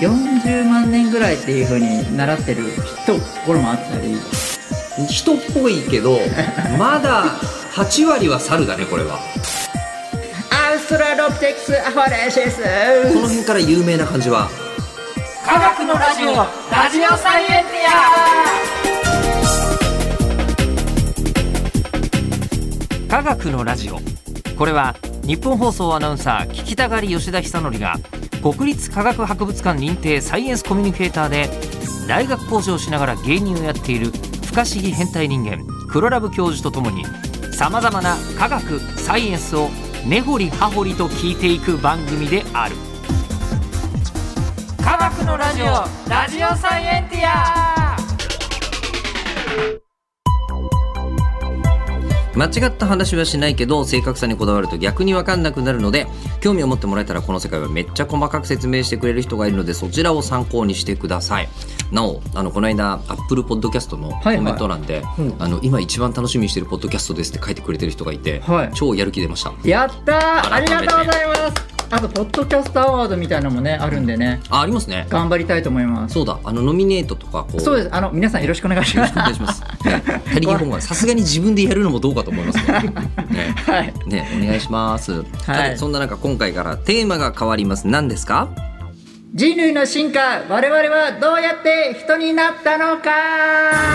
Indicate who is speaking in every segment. Speaker 1: 440万年ぐらいっていうふうに習ってる人頃もあったり
Speaker 2: 人っぽいけどまだ8割は猿だねこれは
Speaker 1: アウストラロプテクスアファレンシス
Speaker 2: この辺から有名な感じは
Speaker 3: 科学のラジオラジオサイエンティア科学のラジオこれは日本放送アナウンサー聞きたがり吉田久典が国立科学博物館認定サイエンスコミュニケーターで大学講師をしながら芸人をやっている不可思議変態人間黒ラブ教授とともにさまざまな科学サイエンスを根掘り葉掘りと聞いていく番組である科学のラジオラジオサイエンティア
Speaker 2: 間違った話はしないけど正確さにこだわると逆に分かんなくなるので興味を持ってもらえたらこの世界はめっちゃ細かく説明してくれる人がいるのでそちらを参考にしてくださいなおあのこの間アップルポッドキャストのコ
Speaker 1: はい
Speaker 2: メント欄で、
Speaker 1: うん
Speaker 2: あの今一番楽しみにしてるポッドキャストですって書いてくれてる人がいて、
Speaker 1: はい
Speaker 2: 超やる気出ました
Speaker 1: やったーあ
Speaker 2: 改め
Speaker 1: り
Speaker 2: て
Speaker 1: がとうございますあとポッドキャストアワードみたいなのもねあるんでね
Speaker 2: あありますね
Speaker 1: 頑張りたいと思います
Speaker 2: そうだあのノミネートとかこう
Speaker 1: そうですあの皆さんよろしくお願いし
Speaker 2: よろ
Speaker 1: ま
Speaker 2: し
Speaker 1: す
Speaker 2: くお願いします。ね他力本願さすがに自分でやるのもどうかと思いま すけどね。ね
Speaker 1: はい
Speaker 2: ね、お願いします。さてそんな中、今回からテーマが変わります。何ですか。
Speaker 1: 人類の進化我々はどうやって人になったのか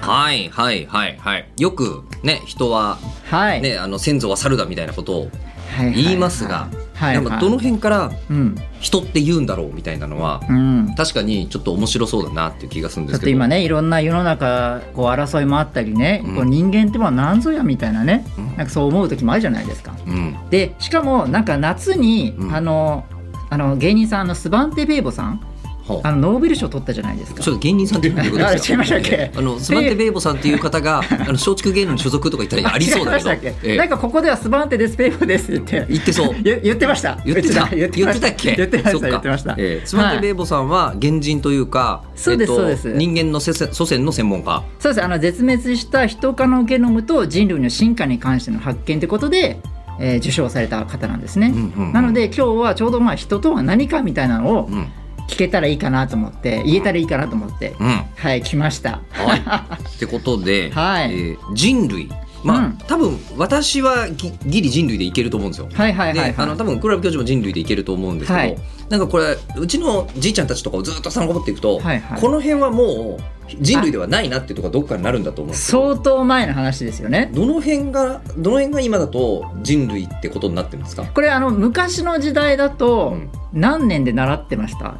Speaker 2: はい、はい、はい、はい。よく、ね、人は、
Speaker 1: はい、
Speaker 2: ね、あの先祖は猿だみたいなことを
Speaker 1: はいはいはい
Speaker 2: 言いますが。
Speaker 1: はい
Speaker 2: なんか、どの辺から
Speaker 1: うん
Speaker 2: 人って言うんだろうみたいなのは。
Speaker 1: うん
Speaker 2: 確かに、ちょっと面白そうだなっていう気がするんで
Speaker 1: だっ
Speaker 2: すけど。
Speaker 1: て今ねいろんな世の中こう争いもあったりね、
Speaker 2: うん
Speaker 1: こう人間ってもう何ぞやみたいなね、
Speaker 2: うん
Speaker 1: なんかそう思う時もあるじゃないですか。
Speaker 2: うん。
Speaker 1: でしかもなんか夏に、
Speaker 2: うん
Speaker 1: あのあの芸人さんのスバンテベーボさん
Speaker 2: ほう
Speaker 1: あのノーベル賞取ったじゃないですか
Speaker 2: ちょ。っと芸人さんって言うことです
Speaker 1: あ違
Speaker 2: よ。
Speaker 1: いましたっけ
Speaker 2: あのスマンテベーボさんっていう方が、あの松竹芸能に所属とか言ったらありそうだけ ど
Speaker 1: 違いましたっ。け
Speaker 2: ええ
Speaker 1: なんかここではスバンテですベーボですって言って
Speaker 2: 言ってそう。
Speaker 1: 言言ってました
Speaker 2: 言ってた。
Speaker 1: うちだ言って
Speaker 2: 言
Speaker 1: ま
Speaker 2: って
Speaker 1: した
Speaker 2: っけ。
Speaker 1: 言ってまし
Speaker 2: そ
Speaker 1: た
Speaker 2: か
Speaker 1: 言ってました
Speaker 2: ええスマンテベ
Speaker 1: はい
Speaker 2: ーボさんは原人というか、
Speaker 1: そうです
Speaker 2: えっと
Speaker 1: そうです
Speaker 2: 人間のせせ祖先の専門家。
Speaker 1: そうですあの絶滅したヒト科のゲノムと人類の進化に関しての発見ということで、えー受賞された方なんですね。
Speaker 2: うんうんうん
Speaker 1: なので今日はちょうどまあ人とは何かみたいなのを
Speaker 2: うん
Speaker 1: 聞けたらいいかなと思って言えたらいいかなと思って、
Speaker 2: うん。
Speaker 1: はい来ました。
Speaker 2: はい。 ってことで、
Speaker 1: はい
Speaker 2: えー人類。まあ、
Speaker 1: うん
Speaker 2: 多分私はぎギリ人類でいけると思うんですよ。
Speaker 1: はいはいはい、
Speaker 2: で、
Speaker 1: はい、
Speaker 2: あの多分クラブ教授も人類でいけると思うんですけど、
Speaker 1: はい
Speaker 2: なんかこれうちのじいちゃんたちとかをずっと遡っていくと、
Speaker 1: はいはい
Speaker 2: この辺はもう人類ではないなっていうところがどっかになるんだと思うんですよ
Speaker 1: 相当前の話ですよね。
Speaker 2: どの辺がどの辺が今だと人類ってことになってるんですか、
Speaker 1: これあの昔の時代だ
Speaker 2: う
Speaker 1: と
Speaker 2: ん
Speaker 1: 何年で習ってました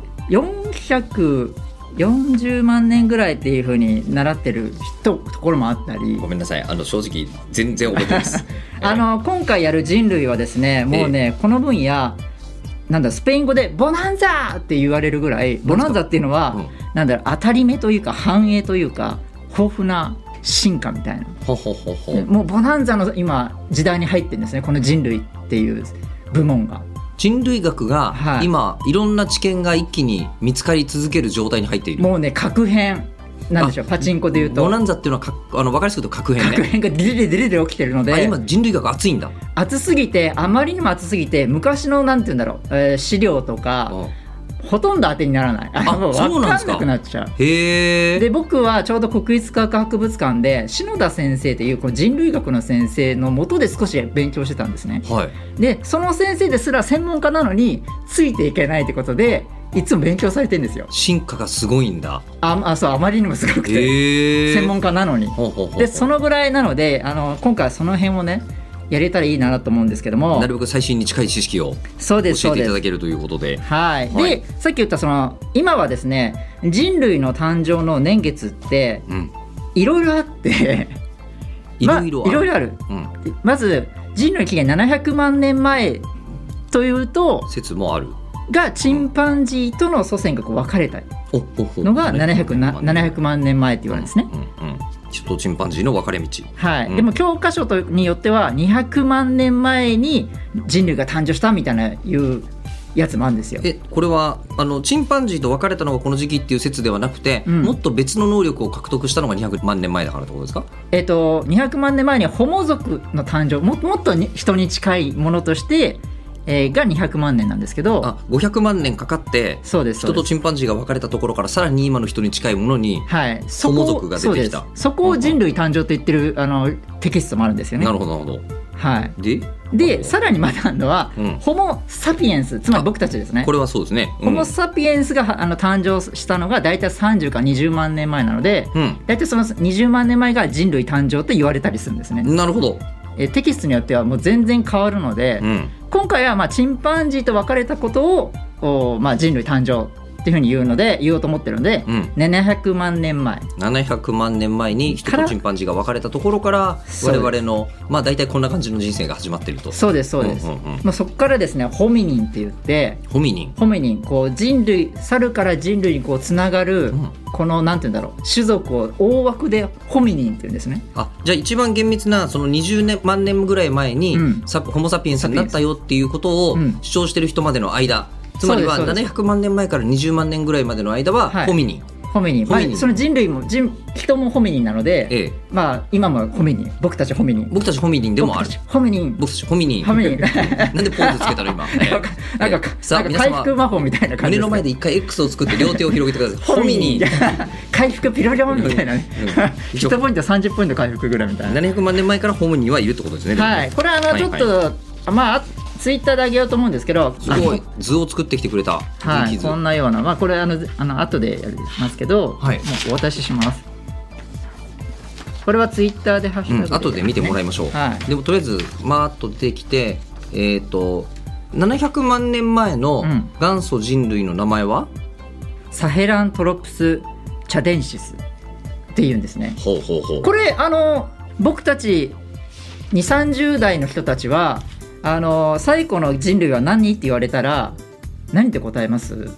Speaker 1: 440万年ぐらいっていうふうに習ってる人ところもあったり
Speaker 2: ごめんなさいあの正直全然覚えてないです
Speaker 1: あの今回やる人類はですねもうね、この分野なんだスペイン語で「ボナンザ!」って言われるぐらいボナンザっていうのは、
Speaker 2: うん
Speaker 1: なんだろう当たり目というか繁栄というか豊富な進化みたいな
Speaker 2: ほほほほ、
Speaker 1: もうボナンザの今時代に入ってるんですねこの人類っていう部門が。
Speaker 2: 人類学が
Speaker 1: はい
Speaker 2: 今、い、ろんな知見が一気に見つかり続ける状態に入っている
Speaker 1: もうね格変なんでしょうパチンコで言うと
Speaker 2: ボナンザっていうのはかあの分かりやすく言うと核変
Speaker 1: 格
Speaker 2: ね
Speaker 1: 変がディレディレディ起きてるの
Speaker 2: あ
Speaker 1: で
Speaker 2: 今人類学熱いんだ、
Speaker 1: 暑すぎてあまりにも暑すぎて昔のなんて言うんだろう、えー資料とか
Speaker 2: うん
Speaker 1: ほとんど当てにならない
Speaker 2: あ
Speaker 1: もう
Speaker 2: そう
Speaker 1: 分
Speaker 2: なんで
Speaker 1: か
Speaker 2: す
Speaker 1: ん
Speaker 2: か
Speaker 1: なくなっちゃう。
Speaker 2: へ
Speaker 1: で
Speaker 2: え
Speaker 1: 僕はちょうど国立科学博物館で篠田先生というこの人類学の先生のもとで少し勉強してたんですね
Speaker 2: はい
Speaker 1: でその先生ですら専門家なのについていけないってことでいつも勉強されてんですよ
Speaker 2: 進化がすごいんだ
Speaker 1: ああそうあまりにもすごくて、
Speaker 2: へえ
Speaker 1: 専門家なのに
Speaker 2: ほうほうほうほう
Speaker 1: でそのぐらいなのであの今回はその辺をねやれたらいいなと思うんですけども
Speaker 2: なるべく最新に近い知識を
Speaker 1: そうです
Speaker 2: 教
Speaker 1: そう
Speaker 2: えてい
Speaker 1: で
Speaker 2: た
Speaker 1: す
Speaker 2: だけるということで
Speaker 1: はい、
Speaker 2: はい
Speaker 1: でさっき言ったその今はですね人類の誕生の年月って
Speaker 2: うん
Speaker 1: いろいろあって
Speaker 2: いろいろ
Speaker 1: まあいろいろある
Speaker 2: うん、
Speaker 1: まず人類の起源700万年前というと
Speaker 2: 説もある
Speaker 1: がチンパンジーとの祖先がこう分かれた
Speaker 2: おほほ
Speaker 1: のが 700, な700万年前って言われるんですね。
Speaker 2: うんうんうん人とチンパンジーの分かれ道
Speaker 1: はい、
Speaker 2: うん
Speaker 1: でも教科書とによっては200万年前に人類が誕生したみたいないうやつもあるんですよ。
Speaker 2: えこれはあのチンパンジーと別れたのがこの時期っていう説ではなくて、
Speaker 1: うん
Speaker 2: もっと別の能力を獲得したのが200万年前だからってことですか
Speaker 1: えっと200万年前にホモ族の誕生ももっとに人に近いものとしてえーが200万年なんですけど
Speaker 2: あ500万年かかって
Speaker 1: そうですそ
Speaker 2: 人
Speaker 1: うで
Speaker 2: と
Speaker 1: す
Speaker 2: チンパンジーが分かれたところからさらに今の人に近いものに
Speaker 1: はい、そこ
Speaker 2: ホ
Speaker 1: を
Speaker 2: モ族が出てきた
Speaker 1: そうですそこを人類誕生と言ってるあのテキストもあるんですよね
Speaker 2: な。るほどなるほ
Speaker 1: はい、
Speaker 2: どで、
Speaker 1: でさらにまたあるのは、
Speaker 2: うん
Speaker 1: ホモ・サピエンスつまり僕たちですね
Speaker 2: こ。れはそうですねう
Speaker 1: ホ
Speaker 2: ん
Speaker 1: モ・サピエンスがはあの誕生したのが大体30から20万年前なので
Speaker 2: うん
Speaker 1: 大体その20万年前が人類誕生と言われたりするんですね。
Speaker 2: なるほど
Speaker 1: えテキストによってはもう全然変わるので、
Speaker 2: うん
Speaker 1: 今回はまあチンパンジーと別れたことをお、まあ、人類誕生っていうふうに言うので言おうと思ってるので、
Speaker 2: うん
Speaker 1: 700万年前
Speaker 2: 700万年前に人
Speaker 1: か
Speaker 2: と
Speaker 1: ら
Speaker 2: チンパンジーが分かれたところから
Speaker 1: そう
Speaker 2: 我
Speaker 1: です
Speaker 2: 々のまあ大体こんな感じの人生が始まってると
Speaker 1: そうですそうです。
Speaker 2: んうんうん
Speaker 1: まあ、そこからですねホミニンって言って
Speaker 2: ホミニン
Speaker 1: ホミニンこう人類猿から人類にこうつながる、
Speaker 2: うん
Speaker 1: このなんて言うんだろう種族を大枠でホミニンって言うんですね
Speaker 2: あじゃあ一番厳密なその20年万年ぐらい前に、
Speaker 1: うん
Speaker 2: サホモ・サピエンスになったよっていうことを
Speaker 1: うん
Speaker 2: 主張してる人までの間、つまりは
Speaker 1: そうですそうです
Speaker 2: 700万年前から20万年ぐらいまでの間は
Speaker 1: はい
Speaker 2: ホミニン、
Speaker 1: ホミニン
Speaker 2: ホミニン
Speaker 1: まあ、その人類も人人もホミニンなので、
Speaker 2: ええ、
Speaker 1: まあ今もホミニン僕たちホミニン
Speaker 2: 僕たちホミニンでもある
Speaker 1: 僕たちホミニン
Speaker 2: 僕たちホミニン
Speaker 1: ホミ ニン
Speaker 2: なんでポーズつけたの 今
Speaker 1: なんかなんか
Speaker 2: ええさあ
Speaker 1: なん
Speaker 2: 皆
Speaker 1: か回
Speaker 2: 様
Speaker 1: 復魔法みたいな感じで
Speaker 2: 胸
Speaker 1: す
Speaker 2: の前で一回 X を作って両手を広げてくだ さいホミニン
Speaker 1: 回復ピロリョンみたいなね
Speaker 2: うんうん
Speaker 1: 1ポイント30ポイント回復ぐらいみたいな
Speaker 2: 700万年前からホミニンはいるってことですねでもね
Speaker 1: はいこれあの
Speaker 2: はい
Speaker 1: ちょっと、まあツイッターであげようと思うんですけど
Speaker 2: すごい図を作ってきてくれた
Speaker 1: は
Speaker 2: 元気
Speaker 1: い、
Speaker 2: 図
Speaker 1: こんなような、まあ、これあのあの後でやりますけど、
Speaker 2: はい
Speaker 1: もうお渡しします。これはツイッターでハッシュタグ
Speaker 2: うん、後で見てもらいましょう、
Speaker 1: はい
Speaker 2: でもとりあえずまーっと出てきてえっ、と700万年前の
Speaker 1: うん
Speaker 2: 元祖人類の名前は、
Speaker 1: サヘラントロプスチャデンシスっていうんですね。
Speaker 2: ほうほうほう
Speaker 1: これあの僕たち2 3 0代の人たちはあの最古の人類は何って言われたら何って答えます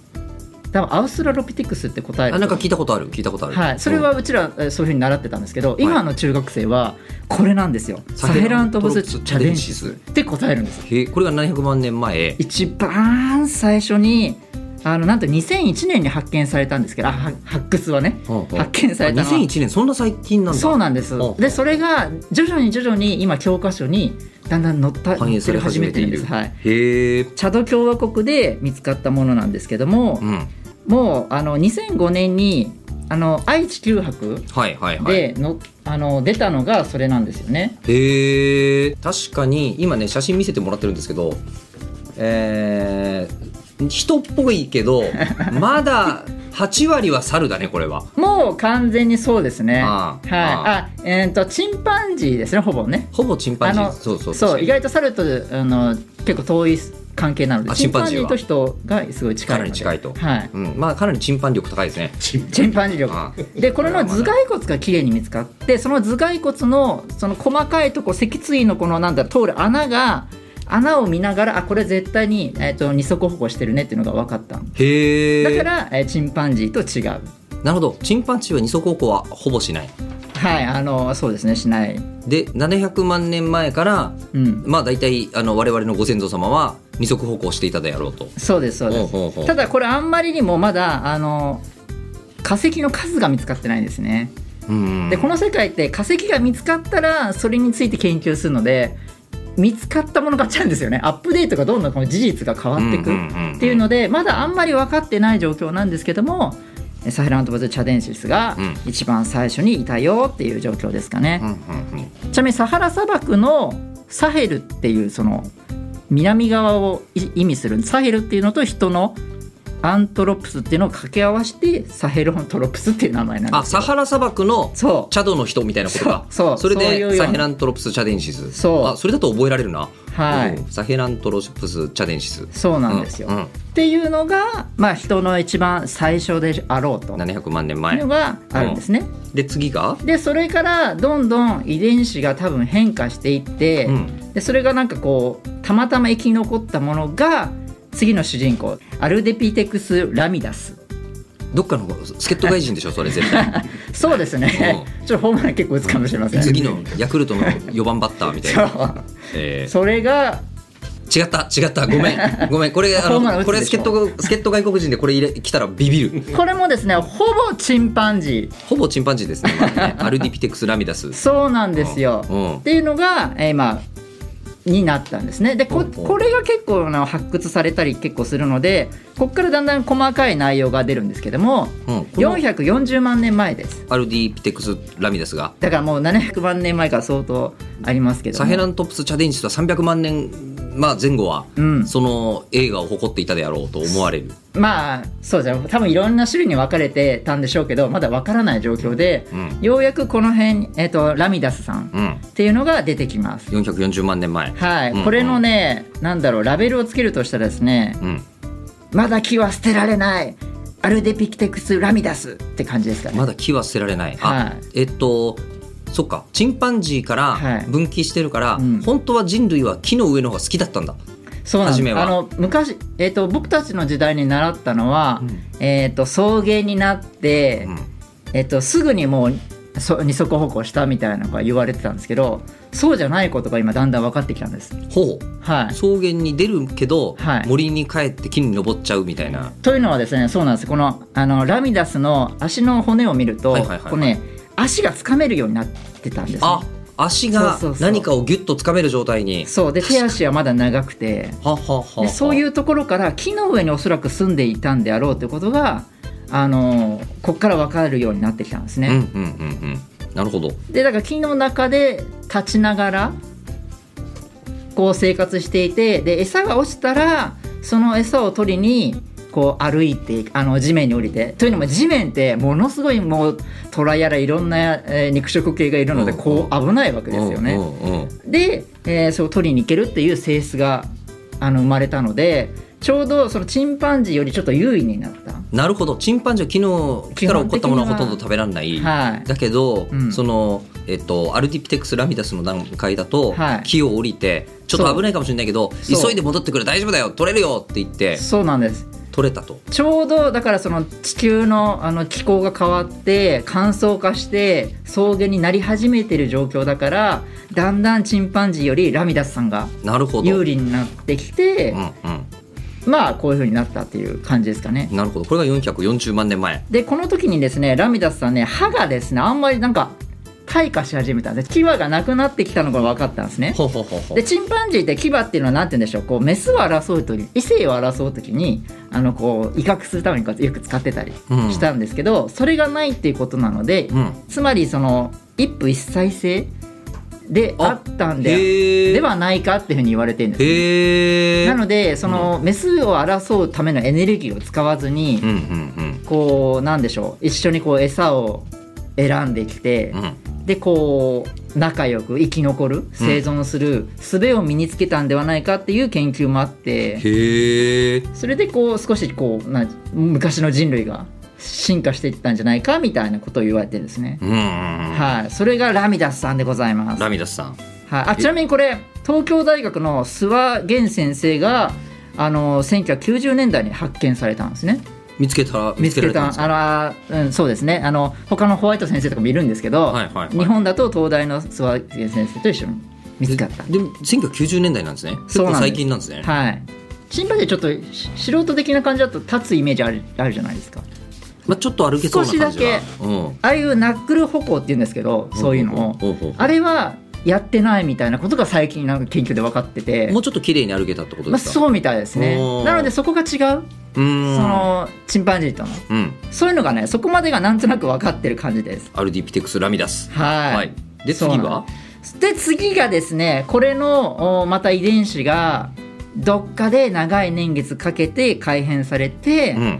Speaker 1: 多分アウストラロピティクスって答える
Speaker 2: あなんか聞いたことある聞いたことある
Speaker 1: はい、それはうちらえーそういうふうに習ってたんですけど、今の中学生はこれなんですよ
Speaker 2: サ
Speaker 1: サ
Speaker 2: ヘ
Speaker 1: ヘ
Speaker 2: ラ
Speaker 1: ラ
Speaker 2: ン
Speaker 1: ン
Speaker 2: ト
Speaker 1: トロ
Speaker 2: ロプ
Speaker 1: プ
Speaker 2: ス
Speaker 1: ス
Speaker 2: チ
Speaker 1: チ
Speaker 2: ャ
Speaker 1: ャ
Speaker 2: レ
Speaker 1: レ
Speaker 2: ン
Speaker 1: ン
Speaker 2: シ
Speaker 1: シ
Speaker 2: ス
Speaker 1: スって答えるんです
Speaker 2: うんへえこれが700万年前
Speaker 1: 一番最初にあのなんと2001年に発見されたんですけどあは発掘はね
Speaker 2: うんうん
Speaker 1: 発見されたのは
Speaker 2: 2001年そんな最近なんだ
Speaker 1: そうなんです
Speaker 2: うん
Speaker 1: でそれが徐々に徐々に今教科書にだんだん載った
Speaker 2: 反映され始めている
Speaker 1: 載ってはい
Speaker 2: へえ
Speaker 1: チャド共和国で見つかったものなんですけども、
Speaker 2: うん
Speaker 1: もうあの2005年にあの愛・地球博
Speaker 2: はいはいはい
Speaker 1: での、あの出たのがそれなんですよね。
Speaker 2: へえ確かに今ね写真見せてもらってるんですけどえー、人っぽい けどまだ8割は猿だねこれは
Speaker 1: もう完全にそうですね。
Speaker 2: あ
Speaker 1: は
Speaker 2: あ
Speaker 1: い。
Speaker 2: あ
Speaker 1: あ、えっ、とチンパンジーですね、ほぼね。
Speaker 2: ほぼチンパンジ
Speaker 1: あ
Speaker 2: ー
Speaker 1: の
Speaker 2: そうそう
Speaker 1: そう、意外
Speaker 2: 確
Speaker 1: と猿とあの結構遠い関係なの
Speaker 2: あ
Speaker 1: で、
Speaker 2: チンパンジーは
Speaker 1: と人がすごい近い
Speaker 2: か
Speaker 1: の
Speaker 2: に
Speaker 1: で。
Speaker 2: 近いと、
Speaker 1: はい。
Speaker 2: うん、まあかなりチンパン力高いですね
Speaker 1: チンパンジー力。
Speaker 2: あー
Speaker 1: でこれの頭蓋骨が綺麗に見つかってその頭蓋骨のその細かいとこ脊椎のこのなんだ通る穴が穴を見ながらあこれ絶対に、えー、と二足歩行してるねっていうのが分かったの
Speaker 2: へえ
Speaker 1: だから、えーチンパンジーと違う
Speaker 2: なるほどチンパンジーは二足歩行はほぼしない
Speaker 1: はいあのそうですねしない
Speaker 2: で700万年前から
Speaker 1: うん
Speaker 2: まあ大体あの我々のご先祖様は二足歩行していたであろうと
Speaker 1: そうですそうです
Speaker 2: ほうほうほう
Speaker 1: ただこれあんまりにもまだあの化石の数が見つかってないんですね
Speaker 2: うん
Speaker 1: でこの世界って化石が見つかったらそれについて研究するので見つかったもの勝ちなんですよねアップデートがどんどんこの事実が変わっていくっていうのでまだあんまり分かってない状況なんですけどもえサヘラントバズチャデンシスが
Speaker 2: うん
Speaker 1: 一番最初にいたよっていう状況ですか
Speaker 2: う
Speaker 1: ね
Speaker 2: ん、うんうん
Speaker 1: ちなみにサハラ砂漠のサヘルっていうその南側をい意味するサヘルっていうのと人のアントロプスっていうのを掛け合わせてサヘルオントロプスっていう名前なん
Speaker 2: あ
Speaker 1: です
Speaker 2: サハラ砂漠の
Speaker 1: そう
Speaker 2: チャドの人みたいなことか
Speaker 1: そうそう
Speaker 2: れ
Speaker 1: そういうよ
Speaker 2: で
Speaker 1: うな
Speaker 2: サヘラントロプス・チャデンシス
Speaker 1: そう
Speaker 2: あそれだと覚えられるな、
Speaker 1: はい、
Speaker 2: うんサヘラントロプス・チャデンシス
Speaker 1: そうなんですよ、
Speaker 2: う
Speaker 1: っ
Speaker 2: ん
Speaker 1: ていうのが、まあ、人の一番最初であろうと
Speaker 2: うん
Speaker 1: いう
Speaker 2: 700万年前
Speaker 1: のがあるんですね、
Speaker 2: で次が、
Speaker 1: でそれからどんどん遺伝子が多分変化していって、
Speaker 2: うん、
Speaker 1: でそれがなんかこうたまたま生き残ったものが次の主人公アルデピテクス・ラミダス
Speaker 2: どっかの助っ人外人でしょそれ絶対
Speaker 1: そうですね、 ちょっとホームラン結構打つかもしれません
Speaker 2: 次のヤクルトの4番バッターみたい
Speaker 1: そ
Speaker 2: な、
Speaker 1: う
Speaker 2: えー
Speaker 1: それが
Speaker 2: 違った違ったごめん ごめんこれあ
Speaker 1: ホームラン打
Speaker 2: の
Speaker 1: つ
Speaker 2: これ
Speaker 1: で
Speaker 2: 助
Speaker 1: しょ
Speaker 2: っ人が助っ人外国人でこれ入れ来たらビビる
Speaker 1: これもですねほぼチンパンジ
Speaker 2: ほぼチンパンジ ーですね,、まあねアルディピテクス・ラミダス
Speaker 1: ーそうなんですよ、
Speaker 2: うん
Speaker 1: っていうのが、えー、今になったんですねでこ
Speaker 2: ほうほう
Speaker 1: これが結構あの発掘されたり結構するのでここからだんだん細かい内容が出るんですけども
Speaker 2: うん、この
Speaker 1: 440万年前です
Speaker 2: アルディピテクスラミですが
Speaker 1: だからもう700万年前から相当ありますけども
Speaker 2: サヘラントプスチャデンシスは300万年、まあ、前後は、
Speaker 1: うん
Speaker 2: その映画を誇っていたであろうと思われる、
Speaker 1: まあそうじゃん多分いろんな種類に分かれてたんでしょうけどまだ分からない状況で、
Speaker 2: うん
Speaker 1: ようやくこの辺、えっとラミダスさん
Speaker 2: うん、
Speaker 1: っていうのが出てきます。
Speaker 2: 440万年前、
Speaker 1: はい、
Speaker 2: うん
Speaker 1: これのね、なんだろうラベルをつけるとしたらですね、
Speaker 2: うん、
Speaker 1: まだ木は捨てられないアルデピキテクスラミダスって感じですかね。
Speaker 2: まだ木は捨てられない、
Speaker 1: は
Speaker 2: あえっとそっかチンパンジーか
Speaker 1: は
Speaker 2: ら
Speaker 1: い
Speaker 2: 分岐してるから、
Speaker 1: うん
Speaker 2: 本当は人類は木の上の方が好きだったんだ、
Speaker 1: そうなん
Speaker 2: 初
Speaker 1: で
Speaker 2: め
Speaker 1: す。
Speaker 2: は
Speaker 1: あの昔えっ、と僕たちの時代に習ったのは、えっ、と草原になって、
Speaker 2: うん
Speaker 1: えっ、とすぐにもうそ二足歩行したみたいなのが言われてたんですけど、そうじゃないことが今だんだん分かってきたんです。
Speaker 2: ほう
Speaker 1: はい。
Speaker 2: 草原に出るけど、
Speaker 1: はい
Speaker 2: 森に帰って木に登っちゃうみたいな、
Speaker 1: というのはですねそうなんですこのあのラミダスの足の骨を見ると、
Speaker 2: はいはいはいはい
Speaker 1: こうね足がつかめるようになってたんです、ね、
Speaker 2: あ足が
Speaker 1: そうそうそう
Speaker 2: 何かをギュッとつかめる状態に
Speaker 1: そうで手足はまだ長くて
Speaker 2: ははは
Speaker 1: でそういううところから木の上におそらく住んでいたんであろうということがあのここから分かるようになってきたんです
Speaker 2: うんうん
Speaker 1: ね、
Speaker 2: うんうんなるほど
Speaker 1: でだから木の中で立ちながらこう生活していてで餌が落ちたらその餌を取りにこう歩いてあの地面に降りてというのも地面ってものすごいもう虎やらいろんな、えー肉食系がいるので
Speaker 2: うんうん
Speaker 1: こう危ないわけですよね。
Speaker 2: うんうんうん
Speaker 1: で、えーそう取りに行けるっていう性質があの生まれたのでちょうどそのチンパンジーよりちょっと優位になった。
Speaker 2: なるほどチンパンジーは木の木から起こったものはほとんど食べられない、
Speaker 1: はい、
Speaker 2: だけど、
Speaker 1: うん
Speaker 2: そのえっとアルディピテクスラミダスの段階だと、
Speaker 1: はい
Speaker 2: 木を降りてちょっ
Speaker 1: そ
Speaker 2: と
Speaker 1: う
Speaker 2: 危ないかもしれないけど
Speaker 1: そう
Speaker 2: 急いで戻ってくる大丈夫だよ取れるよって言って
Speaker 1: そうなんです
Speaker 2: 取れたと
Speaker 1: ちょうどだからその地球のあの気候が変わって乾燥化して草原になり始めてる状況だからだんだんチンパンジーよりラミダスさんが
Speaker 2: なるほど
Speaker 1: 有利になってきて
Speaker 2: うんうん
Speaker 1: まあこういう風になったっていう感じですかね。
Speaker 2: なるほどこれが440万年前
Speaker 1: でこの時にですねラミダスさんね歯がですねあんまりなんか退化し始めたんです牙がなくなってきたのが分かったんですね。
Speaker 2: ほうほうほうほう
Speaker 1: でチンパンジーって牙っていうのはなんて言うんでしょうこうメスを争う時異性を争う時にあのこう威嚇するためにこうよく使ってたり
Speaker 2: うん
Speaker 1: したんですけど、それがないっていうことなので、
Speaker 2: うん
Speaker 1: つまりその一夫一妻制であったんで
Speaker 2: へえ
Speaker 1: ではないかっていうふうに言われてるんですね、
Speaker 2: へえ
Speaker 1: なのでそのメスを争うためのエネルギーを使わずに、
Speaker 2: うんうん
Speaker 1: こうなんでしょう一緒にこう餌を選んできて、
Speaker 2: うんうん
Speaker 1: でこう仲良く生き残る生存する術を身につけたんではないかっていう研究もあって
Speaker 2: へえ
Speaker 1: それでこう少しこうな昔の人類が進化していったんじゃないかみたいなことを言われてるんですね。
Speaker 2: うんうんうん
Speaker 1: はい、それがラミダスさんでございます。
Speaker 2: ラ
Speaker 1: はい、
Speaker 2: ミダスさん
Speaker 1: あちなみにこれ東京大学の諏訪源先生があの1990年代に発見されたんですね。
Speaker 2: 見つけた
Speaker 1: 見つけ
Speaker 2: られんで
Speaker 1: た
Speaker 2: すか
Speaker 1: あら、うん、そうですねあの他のホワイト先生とかもいるんですけど、
Speaker 2: はいはいはい
Speaker 1: 日本だと東大の諏訪源先生と一緒に見つかった
Speaker 2: ででも1990年代なんですね結
Speaker 1: そう
Speaker 2: 構
Speaker 1: なんです
Speaker 2: 最近なんですね
Speaker 1: はいチンパンジーちょっとし素人的な感じだと立つイメージあるあるじゃないですか
Speaker 2: まあ、ちょっと歩けそうな感じ
Speaker 1: 少
Speaker 2: が
Speaker 1: し
Speaker 2: うん
Speaker 1: ああいうナックル歩行っていうんですけどそういうのを
Speaker 2: ほうほうほう
Speaker 1: あれはやってないみたいなことが最近なんか研究で分かってて
Speaker 2: もうちょっと綺麗に歩けたってこと
Speaker 1: ま
Speaker 2: で
Speaker 1: あ、
Speaker 2: すか、
Speaker 1: そうみたいですね
Speaker 2: おー
Speaker 1: なのでそこが違う
Speaker 2: うーん
Speaker 1: そのチンパンジーとの
Speaker 2: うん
Speaker 1: そういうのがねそこまでがなんとなく分かってる感じです
Speaker 2: アルディピテクスラミダス
Speaker 1: はい、
Speaker 2: で
Speaker 1: そう
Speaker 2: 次
Speaker 1: なの
Speaker 2: は
Speaker 1: で次がですねこれのおまた遺伝子がどっかで長い年月かけて改変されて、
Speaker 2: うん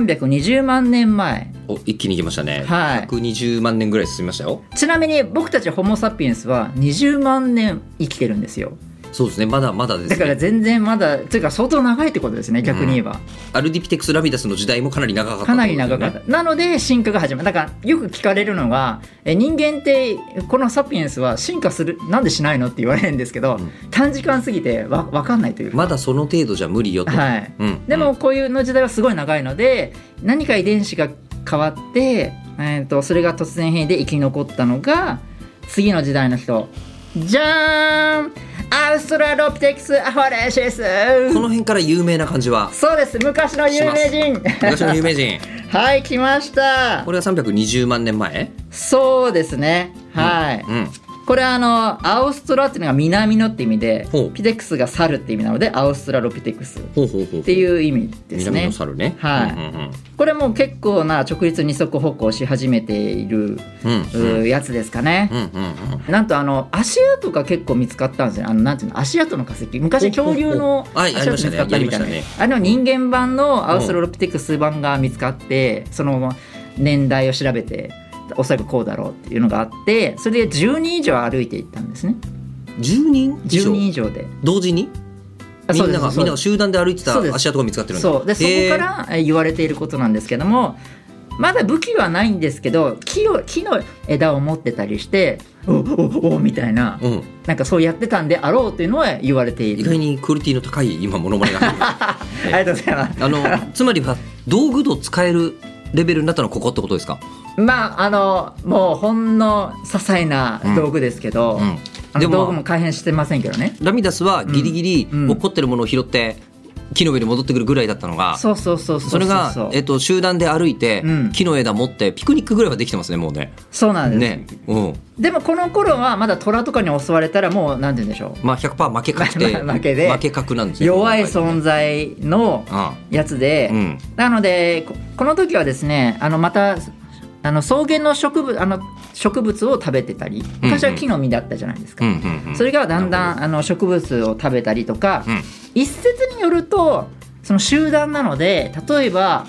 Speaker 1: 320万年前
Speaker 2: お一気にいきましたね、
Speaker 1: はい
Speaker 2: 120万年ぐらい進みましたよ
Speaker 1: ちなみに僕たちホモ・サピエンスは20万年生きてるんですよ
Speaker 2: そうですねまだまだですね
Speaker 1: だから全然まだというか相当長いってことですね逆に言えば、
Speaker 2: アルディピテクスラミダスの時代もかなり長かった
Speaker 1: かなり長か
Speaker 2: っ
Speaker 1: ったた、なので進化が始まるだからよく聞かれるのがえ人間ってこのサピエンスは進化するなんでしないのって言われるんですけど、
Speaker 2: うん
Speaker 1: 短時間すぎてわ分かんないというか
Speaker 2: まだその程度じゃ無理よと、
Speaker 1: はい
Speaker 2: うん、
Speaker 1: でもこういうの時代はすごい長いので何か遺伝子が変わって、えー、とそれが突然変異で生き残ったのが次の時代の人じゃーんアウストラロピテクス・アファレシス
Speaker 2: うんこの辺から有名な感じは
Speaker 1: そうです昔の有名人
Speaker 2: 昔の有名人
Speaker 1: はい来ました
Speaker 2: これは320万年前
Speaker 1: そうですねはい、
Speaker 2: うん
Speaker 1: これはあのアオストラっていうのが南のって意味で
Speaker 2: ほう
Speaker 1: ピテクスが猿って意味なのでアオストラロピテクスっ
Speaker 2: ほうほうほうって
Speaker 1: いう意味です
Speaker 2: 南
Speaker 1: ね
Speaker 2: の猿ね
Speaker 1: はいこれも結構な直立二足歩行し始めている
Speaker 2: いうん
Speaker 1: う
Speaker 2: うんうん
Speaker 1: やつですかね
Speaker 2: う、んうんうん
Speaker 1: なんとあの足跡が結構見つかったんですよあのなんていうの足跡の化石昔恐竜の
Speaker 2: おおおはい
Speaker 1: 足跡見つかったみたいな、
Speaker 2: ありましたねやりましたね
Speaker 1: あの人間版のアウスロロピテクス版が見つかってその年代を調べておそらくこうだろうっていうのがあってそれで10人以上歩いていったんですね
Speaker 2: 10人以
Speaker 1: 10
Speaker 2: 上
Speaker 1: 人以上で
Speaker 2: 同時に
Speaker 1: あ
Speaker 2: み
Speaker 1: そうんで
Speaker 2: な
Speaker 1: す
Speaker 2: が
Speaker 1: そうん
Speaker 2: み
Speaker 1: で
Speaker 2: な
Speaker 1: す
Speaker 2: が集団で歩いてた
Speaker 1: そうです
Speaker 2: 足跡が見つかってるんだ
Speaker 1: そうでそこ
Speaker 2: へー
Speaker 1: からえー言われていることなんですけどもまだ武器はないんですけど木を木の枝を持ってたりしておおおみたいな
Speaker 2: うん
Speaker 1: なんかそうやってたんであろうというのは言われてい
Speaker 2: 意
Speaker 1: る。
Speaker 2: 外にクオリティの高い今モノマネが入 る
Speaker 1: ありがとうございます。
Speaker 2: あのつまりは道具と使えるレベルになったのはここってことですか、
Speaker 1: まああのもうほんの些細な道具ですけど、
Speaker 2: う
Speaker 1: あ
Speaker 2: ん、で
Speaker 1: の道具
Speaker 2: も
Speaker 1: も改変してませんけどね。
Speaker 2: ラミダスはギリギリ
Speaker 1: うんうん
Speaker 2: 落っこってるものを拾って木の上に戻ってくるぐらいだったのが、
Speaker 1: そうそうそうそうう
Speaker 2: それがえっと、集団で歩いて、
Speaker 1: うん
Speaker 2: 木の枝持ってピクニックぐらいはできてますねもうね。
Speaker 1: そうなんです、
Speaker 2: ね、うん、
Speaker 1: でもこの頃はまだ虎とかに襲われたらもうなんて言うんでしょ
Speaker 2: まあ100%負け確定
Speaker 1: 負けで
Speaker 2: 負け確なんです
Speaker 1: う
Speaker 2: よ
Speaker 1: 弱い存在の
Speaker 2: あ
Speaker 1: やつで、
Speaker 2: あうん
Speaker 1: なのでここの時はですねあのまたあの草原の植物あの植物を食べてたり
Speaker 2: うん
Speaker 1: 昔は木の実だったじゃないですか
Speaker 2: う。んうんうん
Speaker 1: それがだんだんあの植物を食べたりとか、
Speaker 2: うん
Speaker 1: 一説によるとその集団なので例えば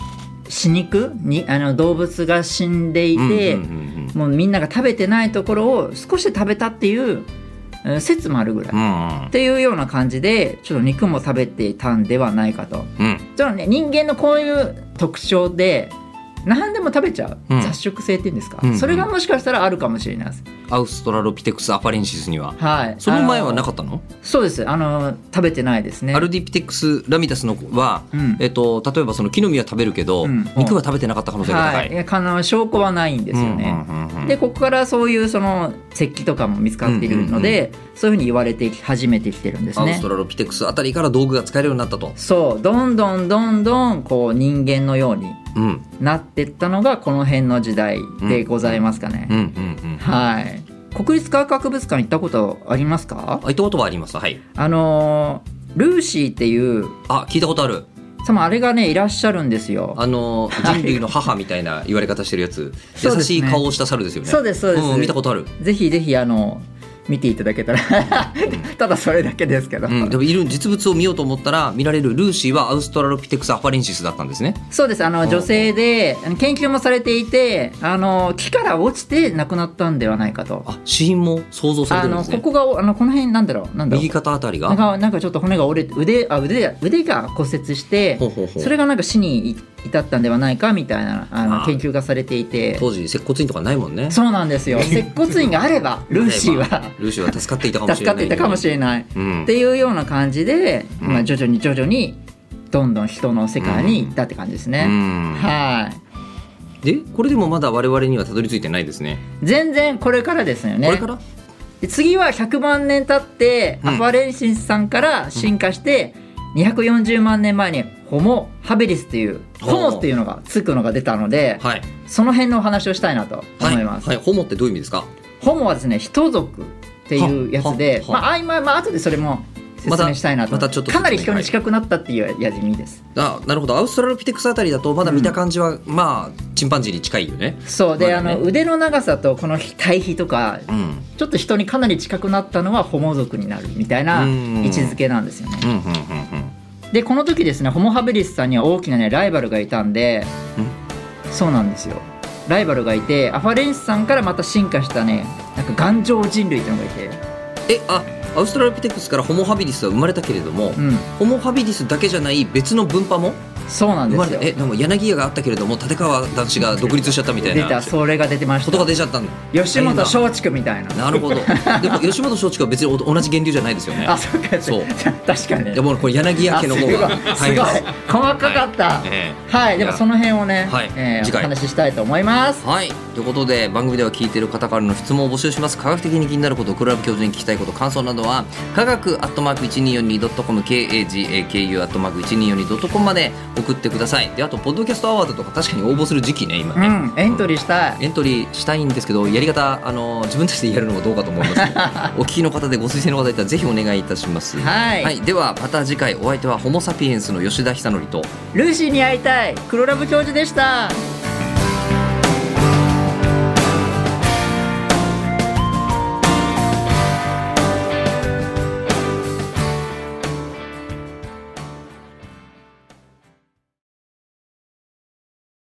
Speaker 1: 死肉にあの動物が死んでいて、
Speaker 2: うんうんうん
Speaker 1: もうみんなが食べてないところを少し食べたっていううん説もあるぐらい。
Speaker 2: う
Speaker 1: っ
Speaker 2: んうん
Speaker 1: ていうような感じでちょっと肉も食べていたんではないかと。
Speaker 2: うん
Speaker 1: ちょっとね人間のこういう特徴で何でも食べちゃう、
Speaker 2: うん
Speaker 1: 雑食性っていうんですか、
Speaker 2: うんうん
Speaker 1: それがもしかしたらあるかもしれないです。
Speaker 2: アウストラロピテクスアパレンシスには
Speaker 1: はい、
Speaker 2: その前はな
Speaker 1: あ
Speaker 2: かったの
Speaker 1: そうですあの食べてないですね。
Speaker 2: アルディピテクスラミダスのは、
Speaker 1: うん
Speaker 2: えっと、例えばその木の実は食べるけど、
Speaker 1: うん
Speaker 2: 肉は食べてなかった可能性が高、
Speaker 1: はいい、いや可能証拠はないんですよね。
Speaker 2: うんうんうんうん
Speaker 1: でここからそういうその石器とかも見つかっているので、そういうふうに言われてき始めてきてるんです
Speaker 2: アウ
Speaker 1: ね
Speaker 2: スト。ラロピテクスあたりから道具が使えるようになったと、
Speaker 1: そうどんどんどんどんこう人間のように
Speaker 2: うん、うん
Speaker 1: なってったのがこの辺の時代でございますかね。
Speaker 2: うんうん
Speaker 1: はい国立科学博物館行ったことありますか
Speaker 2: あ行ったことはありますはい
Speaker 1: あのールーシーっていう
Speaker 2: あ聞いたことある
Speaker 1: 多分あれがねいらっしゃるんですよ。
Speaker 2: あの人類の母みたいな言われ方してるやつ、
Speaker 1: そうですね
Speaker 2: 優しい顔をした猿ですよね
Speaker 1: そうですそうです、
Speaker 2: うん、見たことある、
Speaker 1: ぜひぜひあの見ていただけたら ただそれだけですけど、
Speaker 2: うん、でもいる実物を見ようと思ったら見られるルーシーはアウストラロピテクスアファレンシスだったんですね
Speaker 1: そうですあの
Speaker 2: うん
Speaker 1: 女性であの研究もされていてあの木から落ちて亡くなったんではないかと
Speaker 2: あ死因も想像され
Speaker 1: あ
Speaker 2: てるんで
Speaker 1: の
Speaker 2: す
Speaker 1: こ
Speaker 2: ね
Speaker 1: こがあのこの辺なんだろうなんだろう
Speaker 2: 右肩あたり
Speaker 1: なん
Speaker 2: が
Speaker 1: かなんかちょっと骨が折れて腕あ腕だ腕が骨折して
Speaker 2: ほうほうほう
Speaker 1: それがなんか死に至ったんではないかみたいなあ
Speaker 2: あ
Speaker 1: の
Speaker 2: ー
Speaker 1: 研究がされていて
Speaker 2: 当時接骨院とかないもんね
Speaker 1: そうなんですよ 接骨院があればルーシーは
Speaker 2: ルーシーは助かっていたかもし
Speaker 1: 助
Speaker 2: れな
Speaker 1: か
Speaker 2: い
Speaker 1: っていたかもしれない。
Speaker 2: うん
Speaker 1: っていうような感じで、
Speaker 2: うん
Speaker 1: まあ、徐々に徐々にどんどん人の世界に行ったって感じです
Speaker 2: う
Speaker 1: ね。
Speaker 2: ん
Speaker 1: はい
Speaker 2: でこれでもまだ我々にはたどり着いてないですね
Speaker 1: 全然これからですよね
Speaker 2: これから
Speaker 1: で次は100万年経って、
Speaker 2: うん
Speaker 1: アファレンシスさんから進化して、240万年前にホモ・ハベリスという
Speaker 2: ほう
Speaker 1: ホモっていうのがつくのが出たので
Speaker 2: はい
Speaker 1: その辺のお話をしたいなと思
Speaker 2: はいい、
Speaker 1: ます、
Speaker 2: はい、ホモってどういう意味ですか
Speaker 1: ホモはですね人族っていうやつで
Speaker 2: はは
Speaker 1: まあ曖昧まあ後でそれも説明したいなと思います
Speaker 2: またちょっと説
Speaker 1: か
Speaker 2: 明
Speaker 1: なり人に近くなったっていうやつ味です
Speaker 2: あなるほどアウストラロピテクスあたりだとまだ見た感じは、まあチンパンジーに近いよね
Speaker 1: そうで、
Speaker 2: まだね
Speaker 1: あの腕の長さとこの対比とか
Speaker 2: うんうん
Speaker 1: ちょっと人にかなり近くなったのはホモ族になるみたいな
Speaker 2: う
Speaker 1: 位
Speaker 2: ん
Speaker 1: 置づけなんですよね。
Speaker 2: うんうん
Speaker 1: でこの時ですねホモ・ハベリスさんには大きなねライバルがいたんでそうなんですよライバルがいてアファレンシスさんからまた進化したねなんか頑丈人類っていうのがいて、
Speaker 2: えあアウストラロピテクスからホモ・ハビリスは生まれたけれども、
Speaker 1: うん、
Speaker 2: ホモ・ハビリスだけじゃない別の分派も
Speaker 1: そうなん
Speaker 2: 生
Speaker 1: で
Speaker 2: ますれ
Speaker 1: よ
Speaker 2: たえでも柳家があったけれども立川男子が独立しちゃったみたい
Speaker 1: 出た
Speaker 2: な
Speaker 1: それが出てまし
Speaker 2: こと
Speaker 1: た
Speaker 2: が出ちゃったんだ
Speaker 1: 吉本松竹みたいな
Speaker 2: なる ほどでも吉本松竹は別に同じ源流じゃないですよね
Speaker 1: あそうか
Speaker 2: そう
Speaker 1: 確かにね
Speaker 2: でもこれ柳家
Speaker 1: あ
Speaker 2: 家
Speaker 1: す
Speaker 2: の
Speaker 1: ごい
Speaker 2: 方
Speaker 1: すごい
Speaker 2: が大変です
Speaker 1: 細かかった、
Speaker 2: はいえ
Speaker 1: はい、でもその辺をね、
Speaker 2: はい
Speaker 1: えー
Speaker 2: 次回
Speaker 1: お話ししたいと思います
Speaker 2: え。はいということで番組では聞いてる方からの質問を募集します科学的に気になることクラブ教授に聞きたいこと感想などは科学アットマーク 1242.com kagaku アットマーク 1242.com まで送ってくださいであとポッドキャストアワードとか確かに応募する時期ね今
Speaker 1: う
Speaker 2: ね、
Speaker 1: ん、エントリーしたい。
Speaker 2: エントリーしたいんですけどやり方あの自分たちでやるのもどうかと思い ますけどお聞きの方でご推薦の方いたらぜひお願いいたします
Speaker 1: はい
Speaker 2: ではまた次回お相手はホモ・サピエンスの吉田久典と
Speaker 1: ルーシーに会いたい。黒ラブ教授でした。